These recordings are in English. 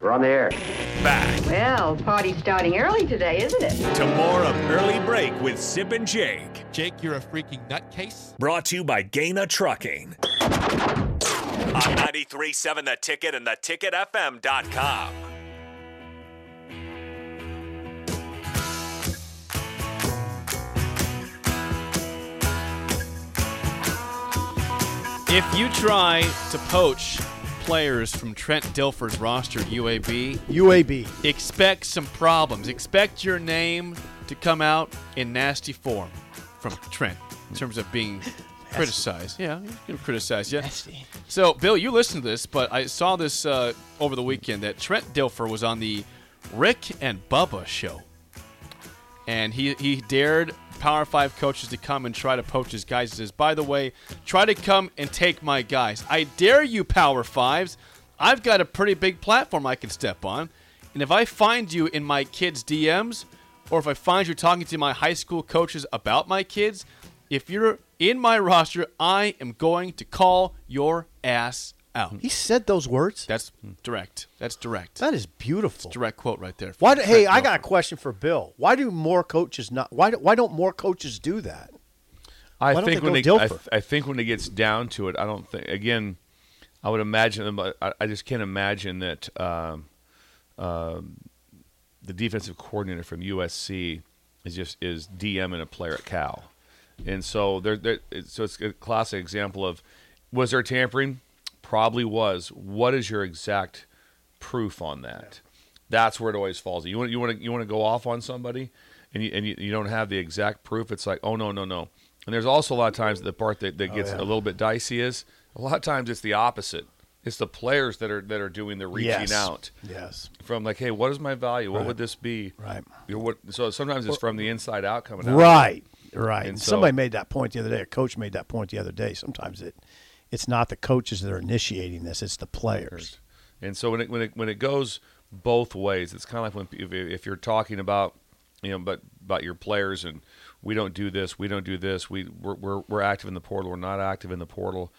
We're on the air. Back Well, party's starting early today, isn't it? to more of Early Break with Sip and Jake. Jake, you're a freaking nutcase. Brought to you by Gaina Trucking. On 93.7 The Ticket and theticketfm.com. If you try to poach players from Trent Dilfer's roster at UAB, UAB. expect some problems. Expect your name to come out in nasty form from Trent in terms of being criticized. Yeah, he's going to criticize you. So, Bill, you listened to this, but I saw this uh, over the weekend that Trent Dilfer was on the Rick and Bubba show. And he, he dared Power 5 coaches to come and try to poach his guys. He says, by the way, try to come and take my guys. I dare you, Power 5s. I've got a pretty big platform I can step on. And if I find you in my kids' DMs, or if I find you talking to my high school coaches about my kids, if you're in my roster, I am going to call your ass out. He said those words. That's direct. That's direct. that is beautiful. direct quote right there. Why? Do, hey, Direct I quote. got a question for Bill. Why do more coaches not? Why? Do, why don't more coaches do that? I Why don't think they when go it, I, Dilfer? I think when it gets down to it, I don't think again. I would imagine them, but I, I just can't imagine that um, um, the defensive coordinator from USC is just is DMing a player at Cal, and so there, there. it's- So it's a classic example of was there tampering? Probably was. What is your exact proof on that? That's where it always falls. You want you want to you want to go off on somebody, and you and you, you don't have the exact proof. It's like oh no no no. And there's also a lot of times the part that, that gets a little bit dicey is a lot of times it's the opposite. It's the players that are that are doing the reaching Yes. out Yes. from like hey what is my value? What would this be? Right. You know, what, so sometimes it's from the inside out coming out. Right. Right. And And so- somebody made that point the other day. A coach made that point the other day. Sometimes it, it's not the coaches that are initiating this. It's the players. And so when it when it when it goes both ways, it's kind of like when if, if you're talking about you know, but about your players and we don't do this, we don't do this, we we're we're, we're active in the portal, we're not active in the portal.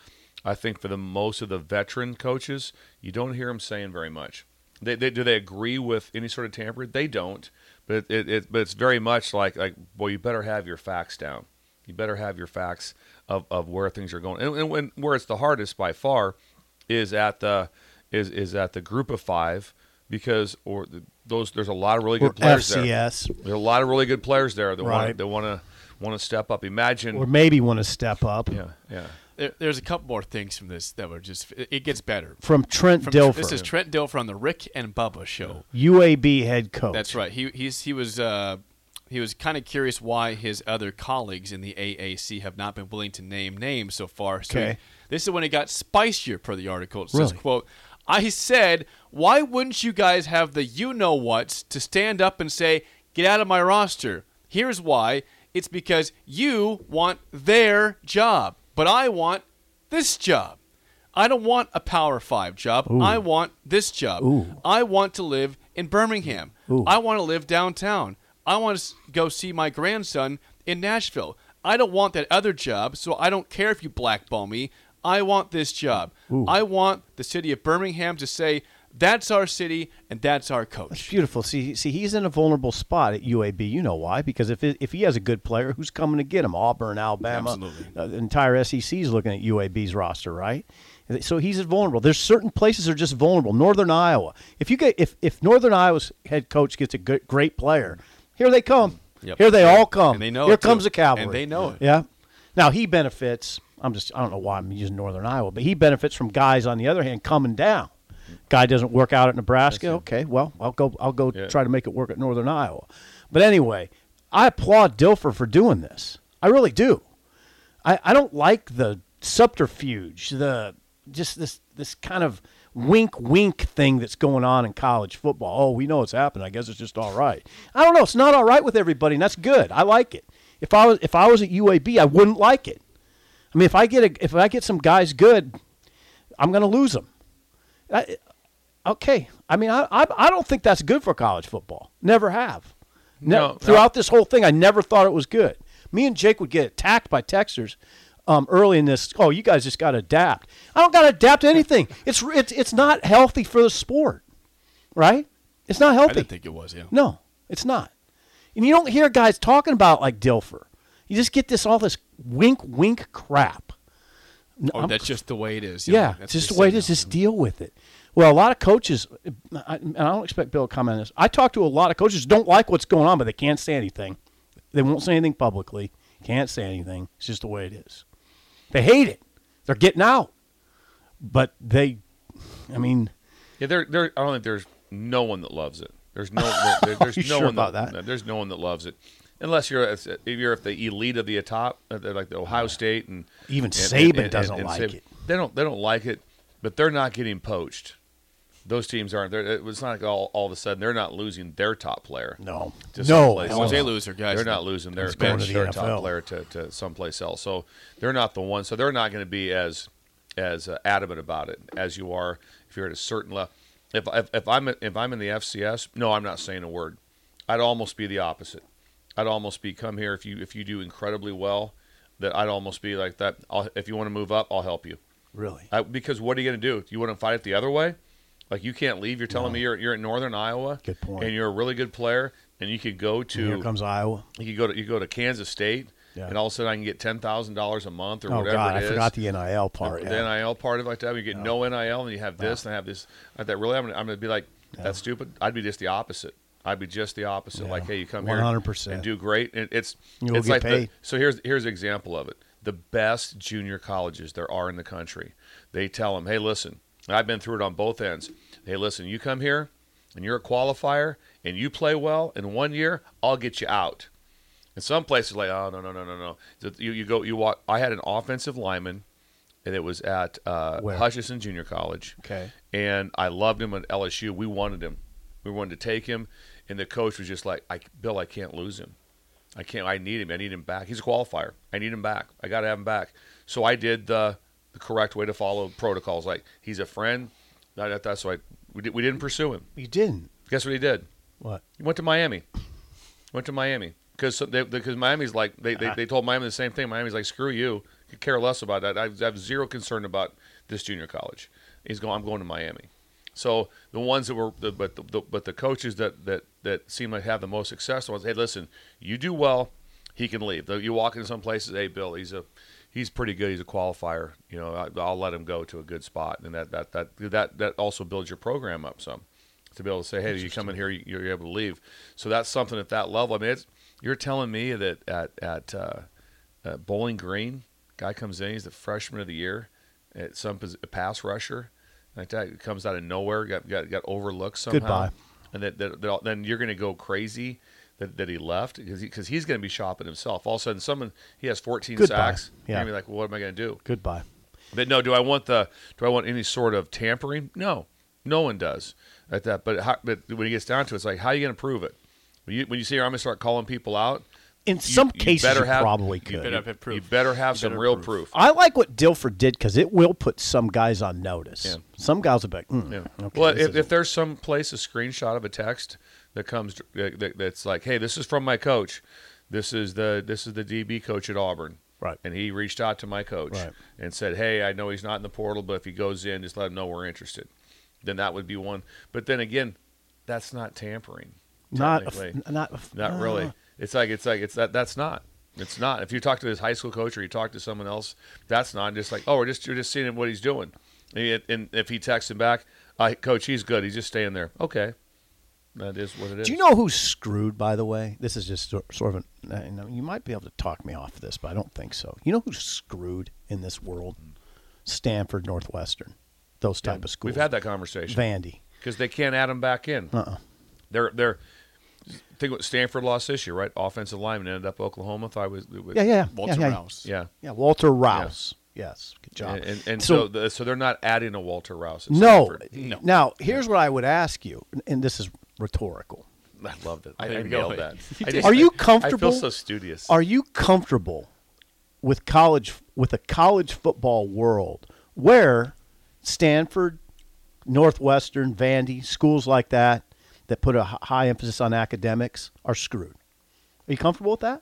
I think for the most of the veteran coaches, you don't hear them saying very much. They, they do they agree with any sort of tamper? They don't. But it, it, it but it's very much like like well, you better have your facts down. You better have your facts of, of where things are going. And, and when where it's the hardest by far is at the is is at the group of five because or the, those there's a lot of really Or good players there. FCS, There's a lot of really good players there that want Right. that want to want to step up. Imagine, or maybe want to step up. yeah, yeah. There, there's a couple more things from this that were just. It, it gets better. From Trent From- Dilfer, This is Trent Dilfer on the Rick and Bubba show. UAB head coach. That's right. He he's he was uh, he was kind of curious why his other colleagues in the AAC have not been willing to name names so far. So Okay. he- this is when it got spicier per the article. It says, Really? quote, I said, why wouldn't you guys have the you know whats to stand up and say, get out of my roster? Here's why. It's because you want their job, but I want this job. I don't want a Power Five job. I want this job. I want to live in Birmingham. I want to live downtown. I want to s- go see my grandson in Nashville. I don't want that other job, so I don't care if you blackball me. I want this job. I want the city of Birmingham to say, that's our city and that's our That's coach. beautiful. See, see, he's in a vulnerable spot at UAB. You know why? Because if it, if he has a good player, who's coming to get him? Auburn, Alabama, Absolutely. Uh, the entire SEC is looking at UAB's roster, right? So he's vulnerable. There's certain places that are just vulnerable. Northern Iowa. If you get if if Northern Iowa's head coach gets a good, great player, here they come. Yep. Here they all come. And they know here it, too. comes the cavalry. And they know it. Yeah. Now he benefits. I'm just I don't know why I'm using Northern Iowa, but he benefits from guys on the other hand coming down. Guy doesn't work out at Nebraska. Okay, well I'll go I'll go Yeah. try to make it work at Northern Iowa. But anyway, I applaud Dilfer for doing this. I really do. I, I don't like the subterfuge, the just this this kind of wink wink thing that's going on in college football. Oh, we know it's happened. I guess it's just all right. I don't know. It's not all right with everybody, and that's good. I like it. If I was if I was at UAB, I wouldn't like it. I mean, if I get a, if I get some guys good, I'm going to lose them. I, okay. I mean, I, I I don't think that's good for college football. Never have. No, No, no. throughout this whole thing, I never thought it was good. Me and Jake would get attacked by Texers um, early in this. Oh, you guys just got to adapt. I don't got to adapt to anything. It's it's it's not healthy for the sport. right? It's not healthy. I didn't think it was. Yeah. No, it's not. And you don't hear guys talking about like Dilfer. You just get this all this wink wink crap. N- Oh, I'm- that's just the way it is. yeah, that's it's just what the they way it say is. now. Just deal with it. Well, a lot of coaches, I- and I don't expect Bill to comment on this. I talk to a lot of coaches who don't like what's going on, but they can't say anything. They won't say anything publicly. Can't say anything. It's just the way it is. They hate it. They're getting out, but they, I mean, Yeah, there, there. I don't think there's no one that loves it. There's no, there, there's you no sure one about that, that? There's no one that loves it, unless you're at, if you're at the elite of the top, uh, they're like the Ohio State and Even and- Saban doesn't like it. They don't, they don't like it, but they're not getting poached. Those teams aren't. they're- It was not like all, all of a sudden they're not losing their top player. no, Just no, someplace hell Once they no. lose their guys, They're not losing their, He's going bench, to the their NFL. top player to, to someplace else. So they're not the one. So they're not going to be as as uh, adamant about it as you are if you're at a certain level. If, if, if I'm if I'm in the FCS, no, I'm not saying a word. I'd almost be the opposite. I'd almost be come here if you if you do incredibly well. That I'd almost be like that. I'll, if you want to move up, I'll help you. really. I, because what are you going to do? You want to fight it the other way? Like you can't leave. You're telling me you're you're in Northern Iowa, Good point. and you're a really good player, and you could go to Here comes Iowa. you could go to you go to Kansas State, Yeah. and all of a sudden I can get ten thousand dollars a month or Oh whatever. God, it I is. forgot the NIL The- part. the, yeah. NIL part of it like that. You get no NIL, and you have this, and I have this. Like that really, I'm gonna, I'm gonna be like, that's stupid. I'd be just the opposite. I'd be just the opposite. Like, hey, you come here 100%. and do great, and it's You'll it's get like the- paid. so here's here's an example of it. The best junior colleges there are in the country, they tell them, hey, listen, and I've been through it on both ends. Hey, listen, you come here, and you're a qualifier, and you play well in one year, I'll get you out. And some places like, oh no no no no no. So You you go you walk. I had an offensive lineman, and it was at uh, Where? Hutchinson Junior College. Okay. And I loved him at LSU. We wanted him. We wanted to take him, and the coach was just like, I, Bill, I can't lose him. I can't. I need him. I need him back. He's a qualifier. I need him back. I got to have him back. So I did the, the correct way to follow protocols. Like he's a friend. That, that, that's why we, did, we didn't pursue him. You didn't. Guess what he did? What? He went to Miami. Went to Miami because because Miami's like they, they, they told Miami the same thing. Miami's like screw you, Could care less about that. I I have zero concern about this junior college. He's going. I'm going to Miami. So the ones that were the, but the, the, but the coaches that that that seem like have the most success ones. Hey, listen, you do well, he can leave. Though You walk into some places. Hey, Bill, he's a he's pretty good. He's a qualifier. You know, I, I'll let him go to a good spot, and that that that that that also builds your program up some to be able to say, hey, you come in here, you- you're able to leave. So that's something at that level. I mean, it's, you're telling me that at at, uh, at Bowling Green, guy comes in, he's the freshman of the year, at some pos- a pass rusher, like that it comes out of nowhere, got got, got overlooked somehow, Goodbye. and that, that, that then you're going to go crazy. That, that he left because because he's going to be shopping himself. All of a sudden, someone he has 14 Goodbye. sacks. Yeah. You're gonna be like, well, what am I going to do? Goodbye. But no, do I want the do I want any sort of tampering? No, no one does at that. But how, but when it gets down to it, it's like how are you going to prove it? When you, when you see I'm going to start calling people out, In you- some you cases, better you have- probably you could. better have proof. You better have some real proof. I like what Dilfer did because it will put some guys on notice. Yeah. Some guys will be like, mm, Yeah. okay, well, this if, isn't- if there's some place a screenshot of a text that comes that, that- that's like, "Hey, this is from my coach. This is the this is the DB coach at Auburn." Right. And he reached out to my coach Right. and said, "Hey, I know he's not in the portal, but if he goes in, just let him know we're interested." Then that would be one. But then again, that's not tampering. not, a, technically. f- not, a f- Not uh, really. It's like it's like it's that that's not. It's not. If you talk to this high school coach or you talk to someone else, that's not just like oh we're just you're just seeing him what he's doing. And, yet- and if he texts him back, I coach he's good. He's just staying there. Okay, that is what it is. Do you know who's screwed? By the way, this is just sor- sort of an. I know You might be able to talk me off this, but I don't think so. You know who's screwed in this world? Stanford, Northwestern, those type of schools. We've had that conversation Vandy. because they can't add him back in. Uh-uh. They're they're. Think what Stanford lost this year, right? Offensive lineman ended up Oklahoma. Thought it was, it was Yeah, yeah, yeah, Walter yeah, yeah. Rouse. yeah. Yeah, Walter Rouse. Yes, good job. And, and, and so, the, so they're not adding a Walter Rouse. At No. Stanford. No. Now, here's what I would ask you, and this is rhetorical. I loved it. I, There I you go. nailed that. You I did. Are you I comfortable- feel so studious. Are you comfortable with college with a college football world where Stanford, Northwestern, Vandy, schools like that that put a h- high emphasis on academics are screwed? Are you comfortable with that?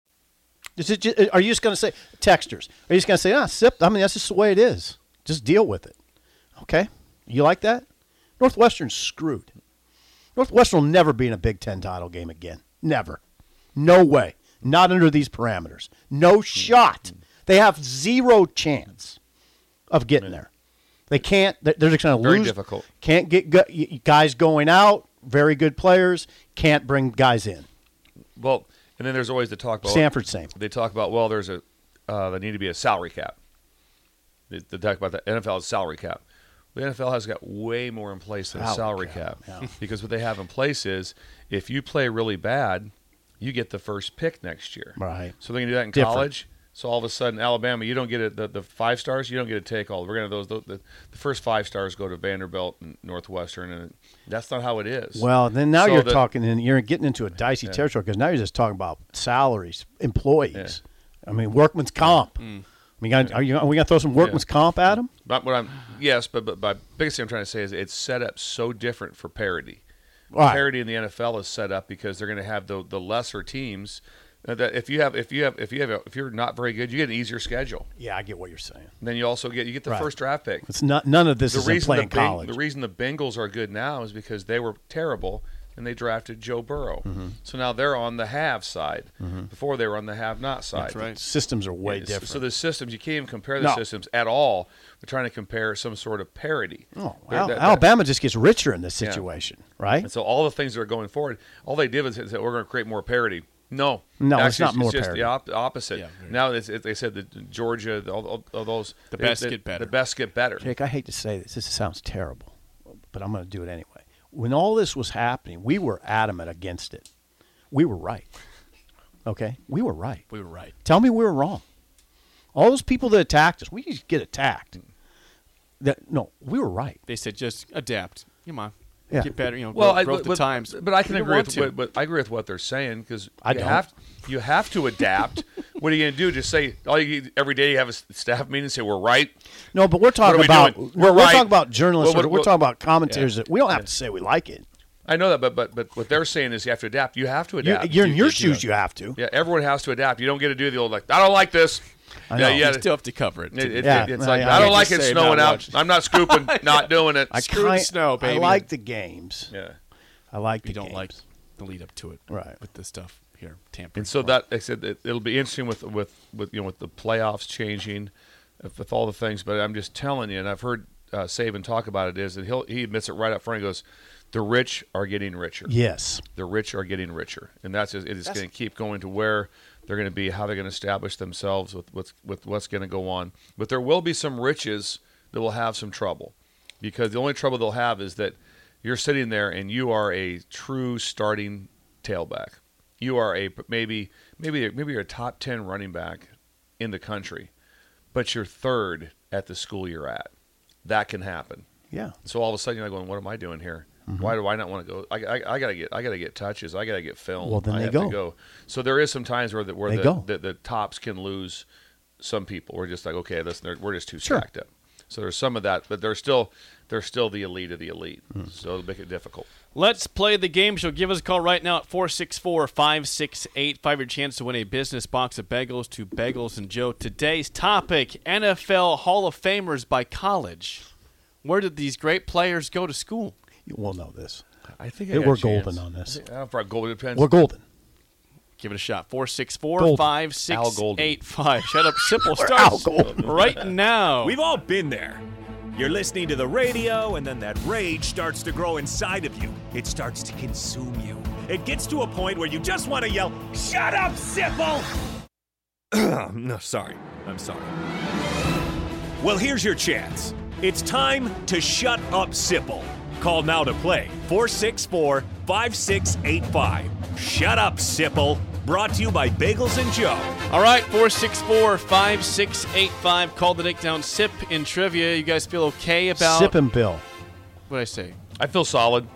Is it just, are you just going to say textures? Are you just going to say ah sip? I mean that's just the way it is. Just deal with it. Okay, you like that? Northwestern's screwed. Northwestern will never be in a Big Ten title game again. Never. No way. Not under these parameters. No Hmm. shot. They have zero chance of getting there. They can't. They're they're just going to Hmm. Very lose. difficult. Can't get gu- y- y- guys going out. Very good players. Can't bring guys in. Well, and then there's always the talk about Stanford same. They talk about well, there's a uh, there need to be a salary cap. They, they talk about the NFL's salary cap. The NFL has got way more in place than a Salary salary cap, because what they have in place is if you play really bad, you get the first pick next year. Right. So they can do that in Different. college. So all of a sudden, Alabama, you don't get it. The, the five stars, you don't get a take all. We're gonna those the, the, the first five stars go to Vanderbilt and Northwestern, and that's not how it is. Well, then now So you're the- talking and you're getting into a dicey territory because now you're just talking about salaries, employees. I mean, workman's comp. Mm. We got are you are we gonna throw some workman's comp at them? But what I'm yes, but but my biggest thing I'm trying to say is it's set up so different for parity. Right. Parity in the NFL is set up because they're going to have the the lesser teams. uh, That if you have if you have if you have a, if you're not very good, you get an easier schedule. Yeah, I get what you're saying. And then you also get you get the Right. first draft pick. It's not none of this The is in reason the, playing Beng- college. the reason the Bengals are good now is because they were terrible and they drafted Joe Burrow. Mm-hmm. So now they're on the have side. Before they were on the have not side. That's right. Systems are way Yeah, so- different. So the systems, you can't even compare the No. systems at all. We're trying to compare some sort of parity. oh, They're- Al- that- that- Alabama just gets richer in this situation, right? And so all the things that are going forward, all they did was say we're going to create more parity. No, No, it's Actually, not more it's just parity. The op- opposite. Yeah, very- now it's, it, they said that Georgia, all, all, all those The they- best they- get better. The best get better. Jake, I hate to say this. This sounds terrible, but I'm going to do it anyway. When all this was happening, we were adamant against it. We were right. Okay, we were right. We were right. Tell me we were wrong. All those people that attacked us, we just get attacked. That no, we were right. They said just adapt. Come on, Yeah. get better. You know, Well, grow, I, grow with but, the times. but I can You don't agree want with to. what, but I agree with what they're saying because I you don't. have you have to adapt. what are you going to do? Just say all you every day you have a s- staff meeting and say we're right. No, but we're talking we about doing? we're, We're we're right. talking about journalists. Well, or what- we're what- talking about commentators that we don't have to say we like it. I know that, but but but what they're saying is you have to adapt. You have to You, adapt. you're in your do shoes. that. You have to. Yeah, everyone has to adapt. You don't get to do the old like I don't like this. I Yeah, know. yeah. Oh, you still have to cover it. It, it, Yeah, it's yeah, like yeah. I don't Yeah, like just it say snowing not out. much. I'm not scooping, not doing it. I Screw the kind- snow, baby. I like the games. yeah. I like the You don't games. like the lead up to it, Right. With the stuff here, tampering. And so Right. that I said it, it'll be interesting with with with you know with the playoffs changing, if, with all the things. But I'm just telling you, and I've heard uh, Saban talk about it. Is and he'll he admits it right up front. He goes, the rich are getting richer. Yes. the rich are getting richer, and that's just, it is going to keep going to where they're going to be, how they're going to establish themselves with what's with what's going to go on. But there will be some riches that will have some trouble, because the only trouble they'll have is that you're sitting there and you are a true starting tailback. You are a maybe maybe maybe you're a top ten running back in the country, but you're third at the school you're at. That can happen. Yeah. So all of a sudden you're like going, "What am I doing here? Mm-hmm. Why do I not want to go? I, I, I gotta get I gotta get touches. I gotta get film. Well, then I they have go. To go. So there is some times where the, where They the, go. the, the tops can lose some people. We're just like, okay, listen, they're- we're just too Sure. stacked up. So there's some of that, but they're still they're still the elite of the elite. Hmm. So it'll make it difficult. Let's play the game show. Give us a call right now at 464 5685. Your chance to win a business box of bagels to Bagels and Joe. Today's topic NFL Hall of Famers by college. Where did these great players go to school? You will know this. I think Hey, we're golden on this. Uh, I don't know if our goal depends. We're golden. Give it a shot. Gold. 464 Al Golden. 5685. Shut up, simple Al starts Golden. right now. We've all been there. You're listening to the radio, and then that rage starts to grow inside of you. It starts to consume you. It gets to a point where you just want to yell, Shut up, Sipple! no, sorry. I'm sorry. Well, here's your chance. It's time to shut up, Sipple. Call now to play 464 5685. Shut up, Sipple. Brought to you by Bagels and Joe. All right, 464 5685. Call the Nick down. Sip in trivia. You guys feel okay about Sip and Bill. what I say? I feel solid.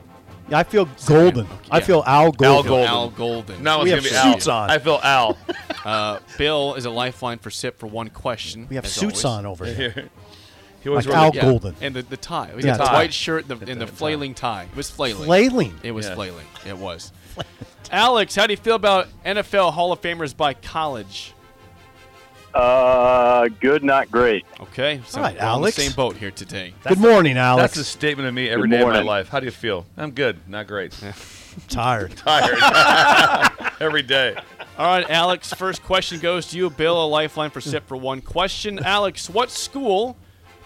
I feel golden. I Yeah. feel Al Al golden. Golden. Al Golden. Now We it's have gonna be Al. suits on. I feel Al. Uh, Bill is a lifeline for Sip for one question. We have as suits always. on over here. He always Like wears- Al Golden. And the, the tie. We Yeah, got the tie. white shirt and the, and the flailing tie. It was flailing. Flailing. It was Yeah. flailing. It was. Alex, how do you feel about NFL Hall of Famers by college? Uh, good, not great. Okay, so All right, we're on the Alex. same boat here today. Good morning, Alex. That's a statement of me every day of my morning. life. How do you feel? I'm good. Not great. tired. Tired. every day. All right, Alex, first question goes to you. Bill, a lifeline for Sip for one question. Alex, what school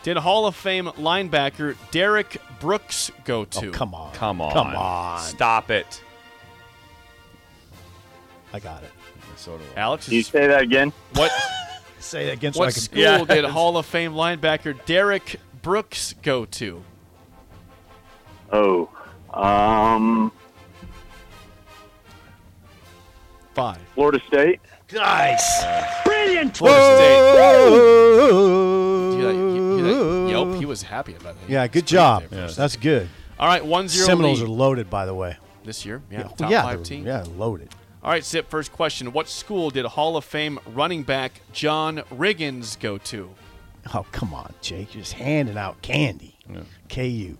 did Hall of Fame linebacker Derek Brooks go to? Oh, Come on. Come on. Come on. Stop it. I got it. So do I. Alex, You is, say that again? what Say that again so I what can. school Yeah. did Hall of Fame linebacker Derek Brooks go to? Oh, um, Five. Florida State. Nice. Florida State. Whoa. Hear that- hear that Yelp, he was happy about that. Yeah, good job. Yeah. That's good. All right, one zero Seminoles lead are loaded, by the way. this year. Yeah, Oh, top yeah, five they're- team. Yeah, loaded. All right, Sip, first question. What school did Hall of Fame running back John Riggins go to? Oh, come on, Jake. You're just handing out candy. KU.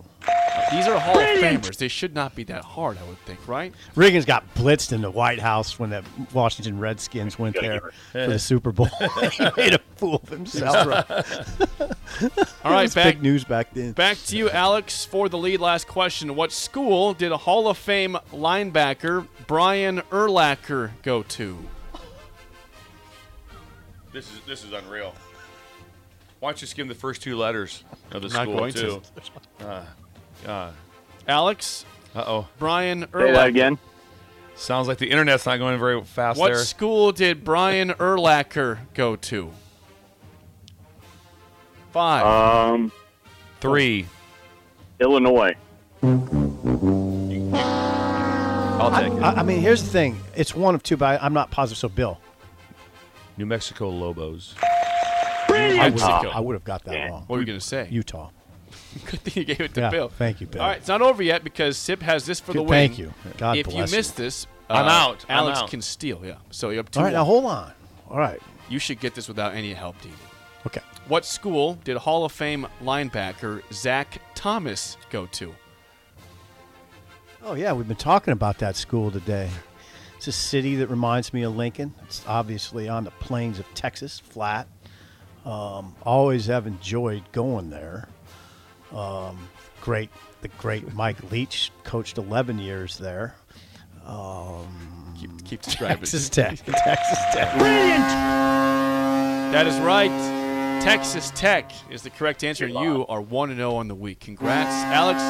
These are Hall of Famers. They should not be that hard, I would think, right? Reagan's got blitzed in the White House when the Washington Redskins went there for the Super Bowl. he made a fool of himself. All right, back big news back then. back to you, Alex, for the lead. Last question. What school did Hall of Fame linebacker Brian Erlacher go to? This is this is unreal. Why don't you skim the first two letters of the Not school going Uh, too? Alex, Uh oh. Brian Say that Erlacher. again. Sounds like the internet's not going very fast What there. school did Brian Erlacher go to? Five. Um, Three. Illinois. I'll take it. I, I mean, here's the thing. It's one of two, but I, I'm not positive. So, Bill, New Mexico Lobos. I would, Mexico. I would have got that wrong. what were you going to say? Utah. Good thing you gave it to Yeah, Bill. thank you, Bill. All right, it's not over yet because Sip has this for the Good- win. thank you. God if bless you you. missed this, uh, I'm out. I'm Alex out. can steal. Yeah. So you're up two. All right, now one. hold on. All right. you should get this without any help needed. Okay. What school did Hall of Fame linebacker Zach Thomas go to? Oh, yeah, we've been talking about that school today. It's a city that reminds me of Lincoln. It's obviously on the plains of Texas, flat. Um, always have enjoyed going there. Um, great, the great Mike Leach coached 11 years there. Keep, keep describing. Texas Tech. Texas Tech. That is right. Texas Tech is the correct answer, and you are 1 0 on the week. Congrats, Alex.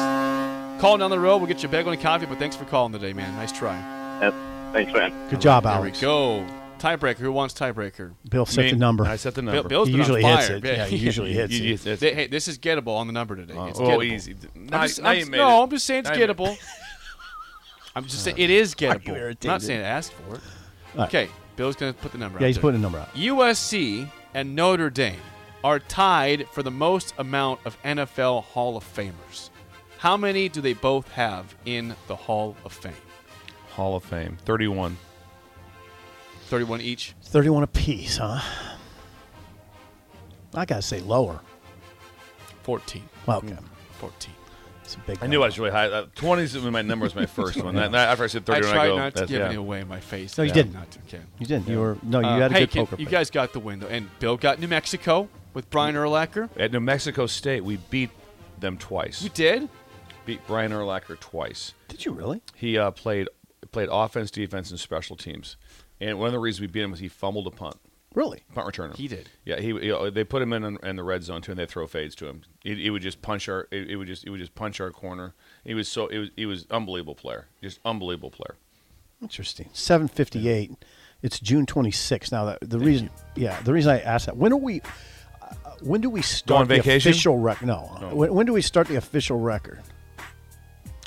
Call down the road. We'll get you a bagel and coffee, but thanks for calling today, man. Nice try. Yep. Thanks, man. Good job, There Alex. we go. Tiebreaker. Who wants tiebreaker? Bill set Me. the number. I set the Bill, number. Bill's He been usually on hits fire. it. Yeah, he usually hits You- it. you- it's- They- hey, this is gettable on the number today. It's oh, gettable. easy. Now- I'm just, now I'm you just- made no, it. I'm just saying it's Now you made it. Uh, gettable. I'm just saying it is gettable. I'm not irritated? saying ask for it. right. Okay, Bill's gonna put the number. Yeah, out he's there. putting a number out. USC and Notre Dame are tied for the most amount of NFL Hall of Famers. How many do they both have in the Hall of Fame? Hall of Fame. 31. 31 each. It's 31 apiece, huh? I got to say lower. 14. Well, okay. 14. It's a big I knew number. I was really high. Uh, 20s was my number was my first one. That- that- after I said I 31, I, tried not go. to that's- give yeah. any away in my face. No, you Yeah. didn't. Not to, okay. You didn't. You were no. You Uh, had a hey, good can- poker. you face. guys got the win though, and Bill got New Mexico with Brian Mm-hmm. Urlacher. At New Mexico State, we beat them twice. You did. beat Brian Urlacher twice. Did you really? He uh, played played offense, defense, and special teams. And one of the reasons we beat him was he fumbled a punt, Really? punt returner. He did. Yeah, he. you know, they put him in in the red zone too, and they throw fades to him. It, it would just punch our. It, it would just. It would just punch our corner. He was so. It was. He was unbelievable player. Just unbelievable player. Interesting. Seven fifty eight. It's June twenty sixth. Now that the reason, yeah, the reason I asked that. When are we? Uh, when do we start on the vacation? official record? No. When, when do we start the official record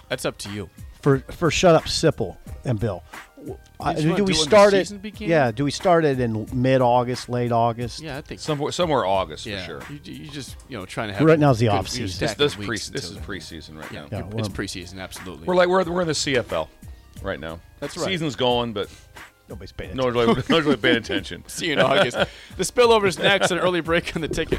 That's up to you. for for shut up, Sipple and Bill? W- I- just wanna do it do we when the start it? season begins? Yeah. Do we start it in mid August, late August? Yeah, I think Somewhere. Somewhere August yeah. for sure. You, you just you know trying to have Right now's the good- off you're season. This, stacking this pre. weeks This is until then. preseason right now. Yeah, Yeah, it's well- preseason, absolutely. We're like we're we're in the CFL right now. That's right. Season's going, but Nobody's paying. no Attention. really, no really paying attention. see you in August. the spillover is next. An early break on the ticket.